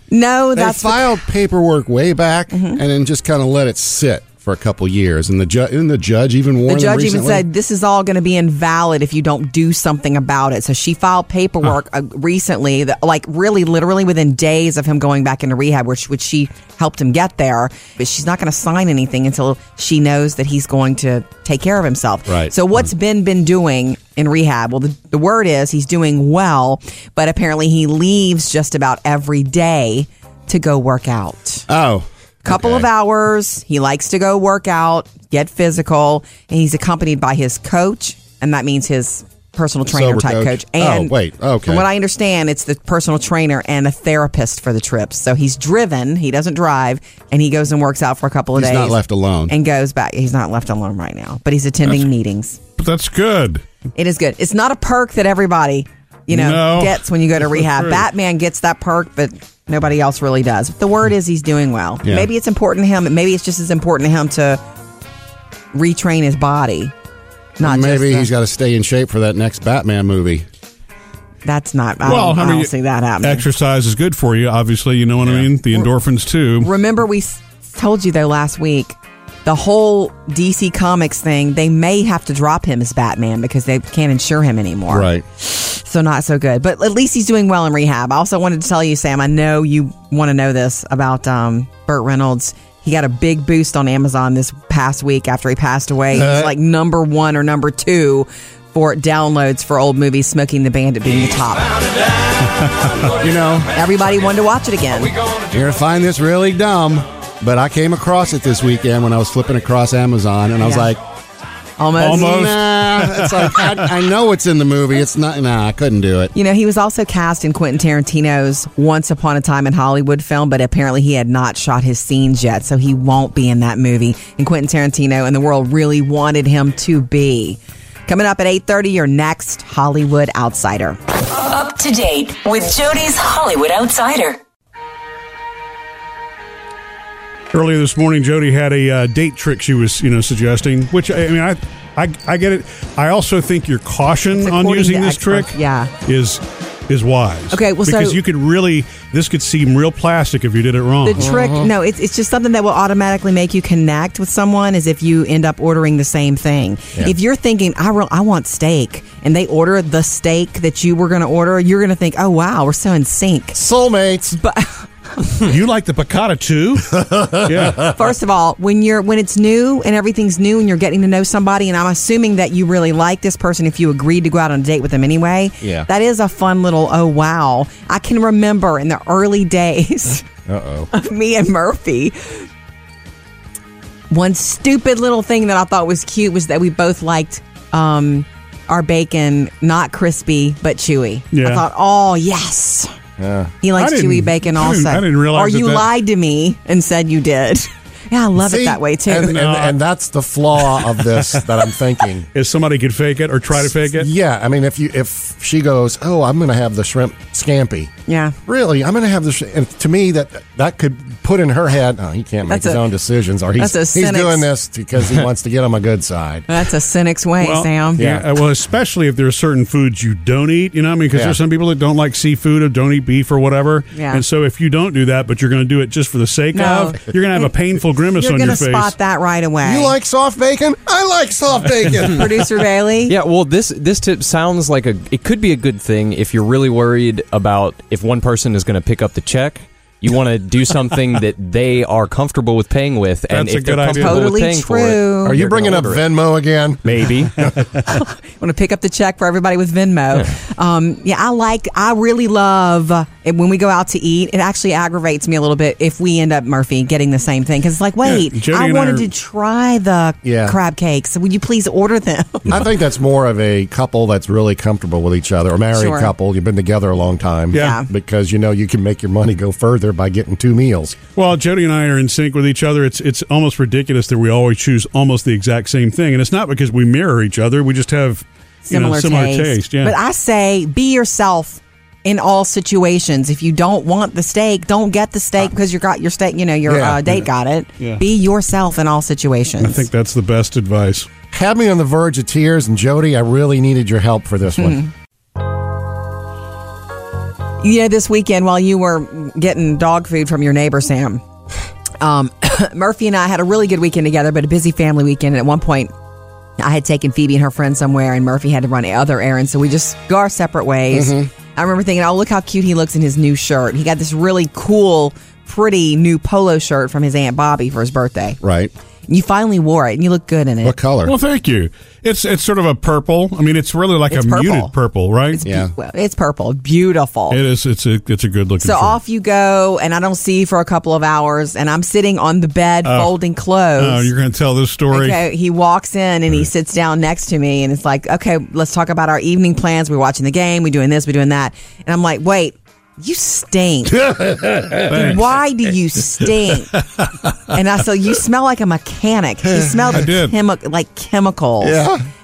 C: No,
B: they
A: that's-
B: filed paperwork way back,
C: Mm-hmm.
B: and then just kind of let it sit for a couple years. And the judge, and the judge even warned
C: The
B: them
C: judge even
B: recently.
C: said this is all going to be invalid if you don't do something about it. So she filed paperwork uh, recently, that, like really, literally within days of him going back into rehab, which which she helped him get there. But she's not going to sign anything until she knows that he's going to take care of himself.
P: Right.
C: So
B: Hmm.
C: what's Ben been doing in rehab? Well, the, the word is he's doing well, but apparently he leaves just about every day to go work out.
B: Oh.
C: Couple of hours. He likes to go work out, get physical, and he's accompanied by his coach, and that means his personal trainer
B: Sober
C: type coach.
B: coach? Oh,
C: And
B: wait, okay.
C: From what I understand, it's the personal trainer and a therapist for the trips. So he's driven. He doesn't drive, and he goes and works out for a couple of
B: He's
C: days.
B: not left alone.
C: And goes back. He's not left alone right now, but he's attending meetings.
A: But that's good.
C: It is good. It's not a perk that everybody, you know,
A: No.
C: gets when you go to
A: That's not
C: rehab.
A: true.
C: Batman gets that perk, but nobody else really does. But the word is he's doing well.
A: Yeah.
C: Maybe it's important to him. Maybe it's just as important to him to retrain his body. Not
B: Maybe
C: just uh, the-
B: he's got to stay in shape for that next Batman movie.
C: That's not. I don't, I don't see that happening.
A: Exercise is good for you. Obviously, you know what I mean. The endorphins too.
C: Remember, we s- told you though last week the whole DC Comics thing. They may have to drop him as Batman because they can't insure him anymore.
B: Right.
C: So not so good, but at least he's doing well in rehab. I also wanted to tell you, Sam. I know you want to know this about um, Burt Reynolds. He got a big boost on Amazon this past week after he passed away. He was like number one or number two for downloads for old movies. Smoking the Bandit being the top.
B: you know,
C: Everybody wanted to watch it again.
B: You're gonna find this really dumb, but I came across it this weekend when I was flipping across Amazon, and I was
C: Yeah.
B: like,
C: Almost. Almost.
B: Nah, it's like I, I know it's in the movie. It's not. Nah, I couldn't do it.
C: You know, he was also cast in Quentin Tarantino's Once Upon a Time in Hollywood film, but apparently he had not shot his scenes yet, so he won't be in that movie. And Quentin Tarantino and the world really wanted him to be. Coming up at 8:30, your next Hollywood Outsider.
D: Up to date with Jody's Hollywood Outsider.
A: Earlier this morning, Jody had a uh, date trick she was, you know, suggesting. Which I I mean, I, I, I get it. I also think your caution on
C: according
A: using
C: to
A: this
C: experts,
A: trick,
C: yeah.
A: is is wise.
C: Okay, well, so-
A: because you could really this could seem real plastic if you did it wrong.
C: The trick, no, it's, it's just something that will automatically make you connect with someone is if you end up ordering the same thing.
A: Yeah.
C: If you're thinking, I, re- I want steak, and they order the steak that you were going to order, you're going to think, oh, wow, we're so in sync.
B: Soulmates.
C: But
A: you like the piccata too? yeah.
C: First of all, when you're when it's new and everything's new and you're getting to know somebody, and I'm assuming that you really like this person if you agreed to go out on a date with them anyway.
B: Yeah.
C: that is a fun little oh wow. I can remember in the early days
B: Uh oh.
C: of me and Murphy. One stupid little thing that I thought was cute was that we both liked um, our bacon not crispy but chewy. I
A: Yeah.
C: thought, oh yes.
B: Yeah.
C: He likes
A: I didn't-
C: chewy bacon
A: I
C: also.
A: didn't- I didn't realize
C: Or
A: that
C: you
A: that-
C: lied to me and said you did. Yeah, I love it
B: See?
C: that way too.
B: And, and, and that's the flaw of this that I'm thinking.
A: Is somebody could fake it or try to fake it?
B: Yeah, I mean, if you if she goes, oh, I'm going to have the shrimp scampi.
C: yeah.
B: Really, I'm going to have this. And to me, that that could put in her head. Oh, he can't make
C: That's
B: his
C: a-
B: own decisions, or he's
C: that's a
B: he's
C: cynic's-
B: doing this because he wants to get on my good side.
C: That's a cynic's way, Sam.
A: Yeah. uh, Well, especially if there are certain foods you don't eat. You know, what I mean, because
B: Yeah.
A: there's some people that don't like seafood or don't eat beef or whatever.
C: Yeah.
A: And so if you don't do that, but you're going to do it just for the sake
C: No.
A: of, you're going to have a painful grimace
C: You're
A: on
C: going
A: your
C: to
A: face.
C: spot that right away.
B: You like soft bacon? I like soft bacon.
C: Producer Bailey?
P: Yeah, well, this this tip sounds like a. It could be a good thing if you're really worried about if one person is going to pick up the check. You want to do something that they are comfortable with paying with, and
B: That's a
P: if they're
B: good idea.
P: comfortable
B: Totally
P: with paying for
C: true.
P: it,
C: Are you
P: they're
C: bringing
P: gonna
C: up
P: order it.
B: Venmo again?
P: Maybe.
C: want to pick up the check for everybody with Venmo. Um, yeah, I like, I really love it when we go out to eat. It actually aggravates me a little bit if we end up, Murphy, getting the same thing. Because it's like, wait,
B: Jody
C: I
B: and I
C: wanted
B: are-
C: to try the
B: Yeah.
C: crab cakes. Would you please order them?
B: I think that's more of a couple that's really comfortable with each other, or married
C: Sure.
B: couple. You've been together a long time,
A: Yeah. Yeah.
B: Because you know you can make your money go further by getting two meals.
A: Well, Jody and I are in sync with each other. It's it's almost ridiculous that we always choose almost the exact same thing, and it's not because we mirror each other. We just have you know,
C: similar,
A: similar
C: taste.
A: Yeah,
C: But I say be yourself in all situations. If you don't want the steak, don't get the steak because you got your steak. You know your
A: Yeah.
C: uh, date got it.
A: Yeah.
C: Be yourself in all situations.
A: I think that's the best advice.
B: Had me on the verge of tears, and Jody, I really needed your help for this
A: Hmm.
B: one.
C: You know, this weekend while you were getting dog food from your neighbor, Sam, um, Murphy and I had a really good weekend together, but a busy family weekend. And at one point, I had taken Phoebe and her friend somewhere, and Murphy had to run other errands. So we just go our separate ways.
Q: Mhm.
C: I remember thinking, oh, look how cute he looks in his new shirt. He got this really cool, pretty new polo shirt from his Aunt Bobby for his birthday.
B: Right.
C: And you finally wore it, and you look good in it. What
B: color?
A: Well, thank you. It's it's sort of a purple. I mean, it's really like
C: It's
A: a
C: purple.
A: muted purple, right?
B: yeah,
C: Well, it's purple. Beautiful.
A: it is. It's a it's a good looking.
C: So off you go, and I don't see you for a couple of hours, and I'm sitting on the bed
A: Oh.
C: folding clothes.
A: Oh, you're going to tell this story.
C: Okay, he walks in and he sits down next to me, and it's like, okay, let's talk about our evening plans. We're watching the game, we're doing this, we're doing that. And I'm like, wait, you stink.
A: Thanks.
C: Why do you stink? and I said, you smell like a mechanic. You smell
A: I did.
C: chemi- like chemicals.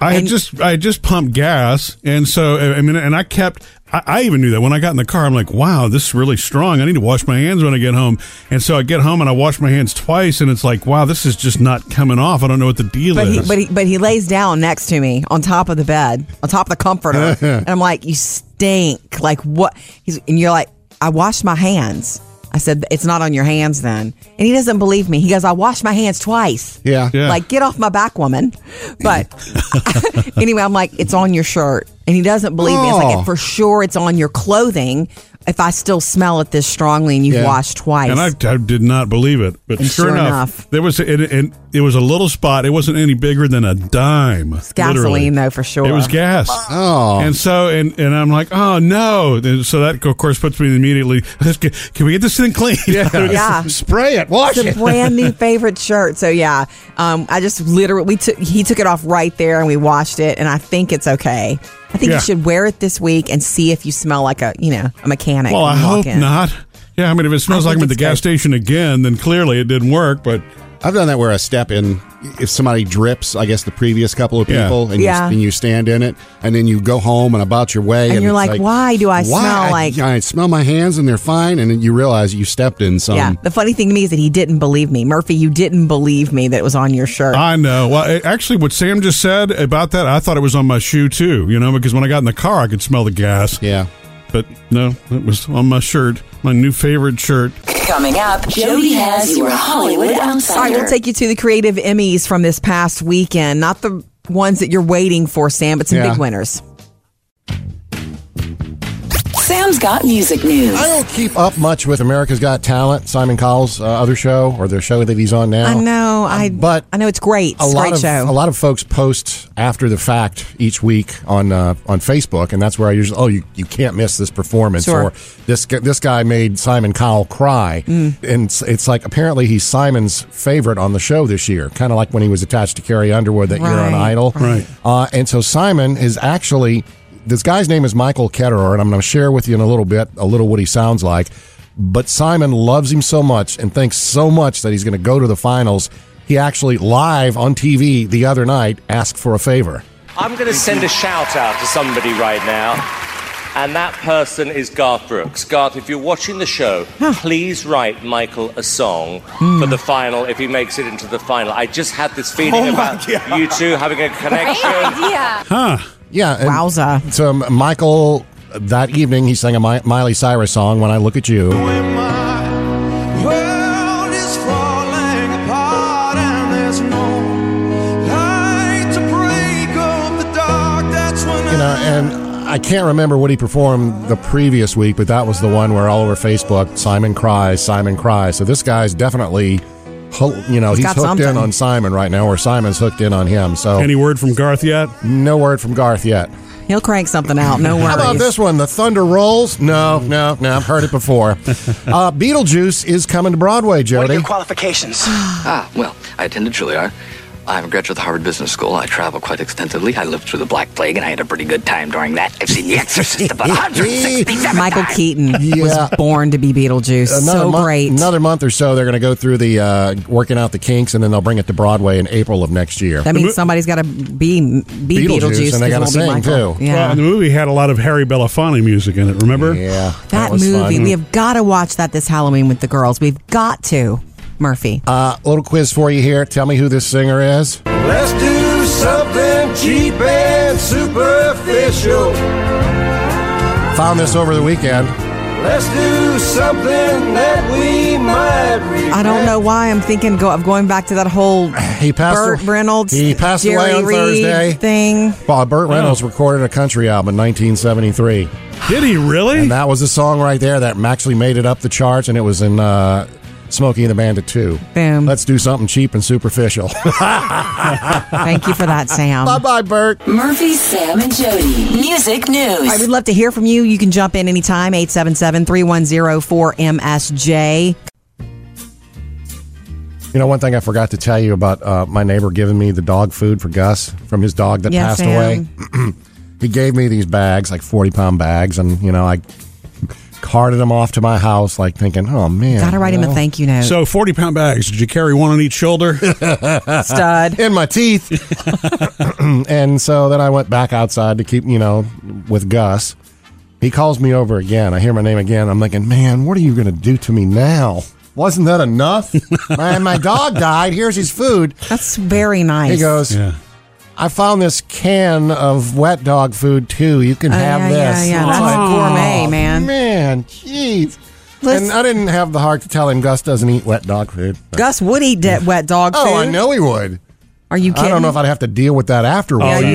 A: I had just I had just pumped gas, and so I I mean, and I kept. I, I even knew that when I got in the car, I'm like, "Wow, this is really strong. I need to wash my hands when I get home." And so I get home and I wash my hands twice, and it's like, "Wow, this is just not coming off. I don't know what the deal
C: But he,
A: is."
C: but he but he lays down next to me on top of the bed, on top of the comforter, and I'm like, "You stink!" Like what? He's and you're like, "I washed my hands." I said, "It's not on your hands then," and he doesn't believe me. He goes, "I washed my hands twice."
B: Yeah. Yeah.
C: like get off my back, woman. But anyway, I'm like, "It's on your shirt," and he doesn't believe me. It's
A: Oh.
C: like for sure it's on your clothing. If I still smell it this strongly and you've
A: Yeah.
C: washed twice,
A: And I, I did not believe it, but
C: And
A: sure,
C: sure
A: enough,
C: enough.
A: there was and, and it was a little spot. It wasn't any bigger than a dime. It's
C: gasoline, though, for sure.
A: It was gas.
B: Oh,
A: and so and and I'm like, oh no. And so that of course puts me immediately. Let's get, can we get this thing clean?
C: Yeah.
B: Spray it. Wash
C: it's
B: it.
C: a brand new favorite shirt. So yeah, um, I just literally we took he took it off right there and we washed it, and I think it's okay. I think
A: Yeah.
C: you should wear it this week and see if you smell like a you know a mechanic.
A: Well, I
C: when you walk
A: hope
C: in.
A: not. Yeah, I mean, if it smells like I'm at the gas station again, then clearly it didn't work. But
R: I've done that where I step in. If somebody drips, I guess the previous couple of
A: Yeah.
R: people, and,
C: Yeah.
R: you, and you stand in it, and then you go home and about your way,
C: And you're
R: it's
C: like, "Why do I smell like-"
R: I, smell my hands and they're fine, and then you realize you stepped in
B: um,
R: some.
C: yeah, the funny thing to me is that he didn't believe me, Murphy. You didn't believe me that it was on your shirt.
A: I know. Well, it- actually, what Sam just said about that, I thought it was on my shoe too. You know, because when I got in the car, I could smell the gas.
R: Yeah.
A: But no, it was on my shirt, my new favorite shirt.
D: Coming up, Jody has your Hollywood
C: All right,
D: Outsider.
C: we'll take you to the creative Emmys from this past weekend, not the ones that you're waiting for, Sam, but some
D: Yeah.
C: big winners.
D: Sam's got music news.
B: I don't keep up much with America's Got Talent, Simon Cowell's uh, other show or the show that he's on now.
C: I know, I
B: Oh, but
C: I know it's great. It's a
B: lot
C: great
B: of
C: show.
B: a lot of folks post after the fact each week on uh, on Facebook, and that's where I usually oh you, you can't miss this performance
C: Sure.
B: or this gu- this guy made Simon Cowell cry,
C: Mm.
B: and it's, it's like apparently he's Simon's favorite on the show this year, kind of like when he was attached to Carrie Underwood that year on
A: Right,
B: Idol,
A: right.
B: Uh, and so Simon is actually this guy's name is Michael Ketterer, and I'm going to share with you in a little bit a little what he sounds like. But Simon loves him so much and thinks so much that he's going to go to the finals. He actually live on TV the other night asked for a favor.
J: I'm going to send a shout out to somebody right now. And that person is Garth Brooks. Garth, if you're watching the show, please write Michael a song
B: Hmm.
J: for the final if he makes it into the final. I just had this feeling
B: Oh my
J: about you two having a connection.
D: idea.
B: Huh. Yeah. and
C: Wowza.
B: So um, Michael, that evening, he sang a Mi- Miley Cyrus song, When I Look at You.
K: world is falling apart.
B: I can't remember what he performed the previous week, but that was the one where all over Facebook, Simon cries, Simon cries. So this guy's definitely, ho- you know,
C: He's
B: he's,
C: got
B: hooked in
C: something.
B: on Simon right now, or Simon's hooked in on him.
C: Oh.
B: So
A: Any word from Garth yet?
B: No word from Garth yet.
C: He'll crank something out. No worries.
B: How about this one? The Thunder Rolls? No, no, no. I've heard it before. uh, Beetlejuice is coming to Broadway,
L: What are
B: Jody.
L: your qualifications? ah, well, I attended Juilliard. I'm a graduate of the Harvard Business School. I travel quite extensively. I lived through the Black Plague, and I had a pretty good time during that. I've seen The Exorcist about 167
C: Michael
L: times.
C: Keaton was born to be Beetlejuice. so
B: month,
C: great.
B: Another month or so, they're going to go through the uh, working out the kinks, and then they'll bring it to Broadway in April of next year.
C: That means somebody's got to be be Beetlejuice,
B: Beetlejuice, and they
C: 'cause it
B: gotta
C: won't be
B: sing,
C: Michael.
B: too.
C: Yeah.
A: Well, and the movie had a lot of Harry Belafonte music in it. Remember?
B: Yeah,
C: that movie, we have got to watch that this Halloween with the girls. We've got to, Murphy.
B: Uh, little quiz for you here. Tell me who this singer is.
K: Let's do something cheap and superficial.
B: Found this over the weekend.
K: Let's do something that we might regret.
C: I don't know why I'm thinking go, of going back to that whole
B: He passed.
C: Burt Reynolds,
B: He passed
C: Jerry
B: away on
C: Reed Oh.
B: Thursday.
C: thing.
B: Well, Burt Reynolds recorded a country album in 1973.
A: Did he really?
B: And that was a song right there that actually made it up the charts, and it was in uh, Smokey and the Bandit 2.
C: Boom.
B: Let's do something cheap and superficial.
C: Thank you for that, Sam.
B: bye bye, Bert.
D: Murphy, Sam, and Jody. Music
C: All right, we'd
D: news.
C: love to hear from you. You can jump in anytime, 877-310-4MSJ.
B: You know, one thing I forgot to tell you about uh, my neighbor giving me the dog food for Gus from his dog that
C: Yes,
B: passed
C: Sam.
B: away. he gave me these bags, like 40 pound bags, and, you know, I carted them off to my house, like thinking, oh, man.
C: Gotta write him a
B: you know.
C: thank you note.
A: So forty pound bags. Did you carry one on each shoulder?
C: Stud.
B: in my teeth. and so then I went back outside to keep, you know, with Gus. He calls me over again. I hear my name again. I'm thinking, man, what are you going to do to me now? Wasn't that enough? man, my dog died. Here's his food.
C: That's very nice.
B: He goes, I found this can of wet dog food too. You can
C: Oh,
B: have
C: yeah, yeah,
B: this.
C: yeah.
B: It's
C: That's gourmet, man.
B: Man, jeez.
C: Let's-
B: And I didn't have the heart to tell him Gus doesn't eat wet dog food.
C: Gus would eat de- wet dog food.
B: Oh, I know he would.
C: Are you kidding?
B: I don't know if I'd have to deal with that afterwards.
C: Yeah, Oh,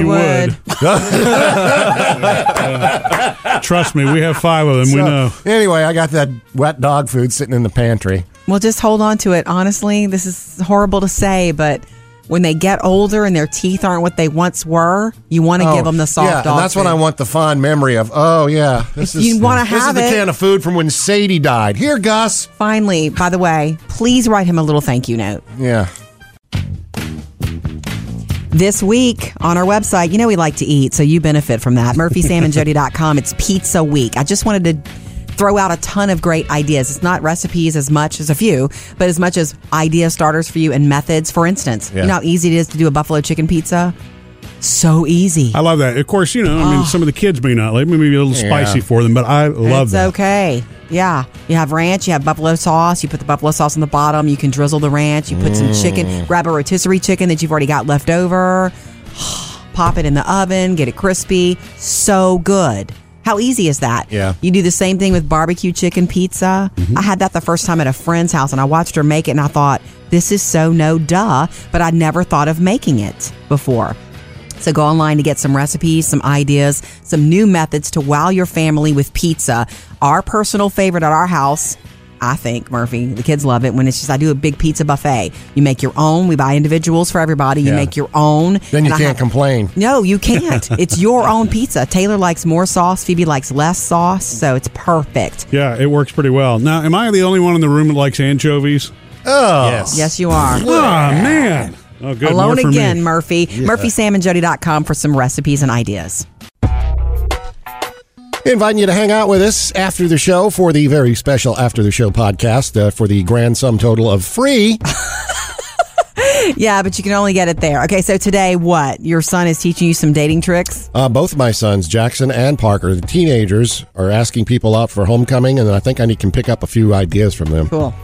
C: you would.
A: Trust me, we have five of them. we
B: So,
A: know.
B: Anyway, I got that wet dog food sitting in the pantry.
C: Well, just hold on to it. Honestly, this is horrible to say, but when they get older and their teeth aren't what they once were, you want to
B: Oh,
C: give them the soft
B: yeah,
C: dog.
B: and that's
C: food.
B: what I want the fond memory of. Oh yeah, this
C: If you
B: is
C: wanna
B: this
C: have
B: is the
C: it.
B: can of food from when Sadie died. Here, Gus.
C: Finally, by the way, please write him a little thank you note.
B: Yeah,
C: This week on our website, you know we like to eat, so you benefit from that. MurphySamandJody.com. It's pizza week. I just wanted to throw out a ton of great ideas. It's not recipes as much as a few, but as much as idea starters for you and methods. For instance,
A: Yeah.
C: you know how easy it is to do a buffalo chicken pizza? So easy.
A: I love that. Of course, you know. I mean, some of the kids may not like. Maybe a little
B: Yeah.
A: spicy for them, but I love
C: Ah. it's
A: that.
C: okay. Yeah. You have ranch, you have buffalo sauce, you put the buffalo sauce on the bottom, you can drizzle the ranch, you put some
A: Mm.
C: chicken, grab a rotisserie chicken that you've already got left over, pop it in the oven, get it crispy. So good. How easy is that?
B: Yeah.
C: You do the same thing with barbecue chicken pizza.
A: Mm-hmm.
C: I had that the first time at a friend's house and I watched her make it and I thought, this is so no duh, but I never thought of making it before. So go online to get some recipes, some ideas, some new methods to wow your family with pizza. Our personal favorite at our house, I think, Murphy, the kids love it when it's just I do a big pizza buffet. You make your own, we buy individuals for everybody, you
B: Yeah.
C: make your own.
B: then you
C: and I
B: can't
C: have-
B: complain.
C: No, you can't. it's your own pizza. Taylor likes more sauce, Phoebe likes less sauce, so it's perfect.
A: Yeah, it works pretty well. Now, am I the only one in the room that likes anchovies?
B: Oh,
C: Yes, you are.
A: Oh man. Oh, good.
C: Alone
A: more for me.
C: again, Murphy. MurphySamandJody.com for some recipes and ideas.
B: Inviting you to hang out with us after the show for the very special after the show podcast uh, for the grand sum total of free.
C: Yeah, but you can only get it there. Okay, so today, what? Your son is teaching you some dating tricks?
B: Uh, both my sons, Jackson and Parker, the teenagers, are asking people out for homecoming, and I think I need can pick up a few ideas from them.
C: Cool.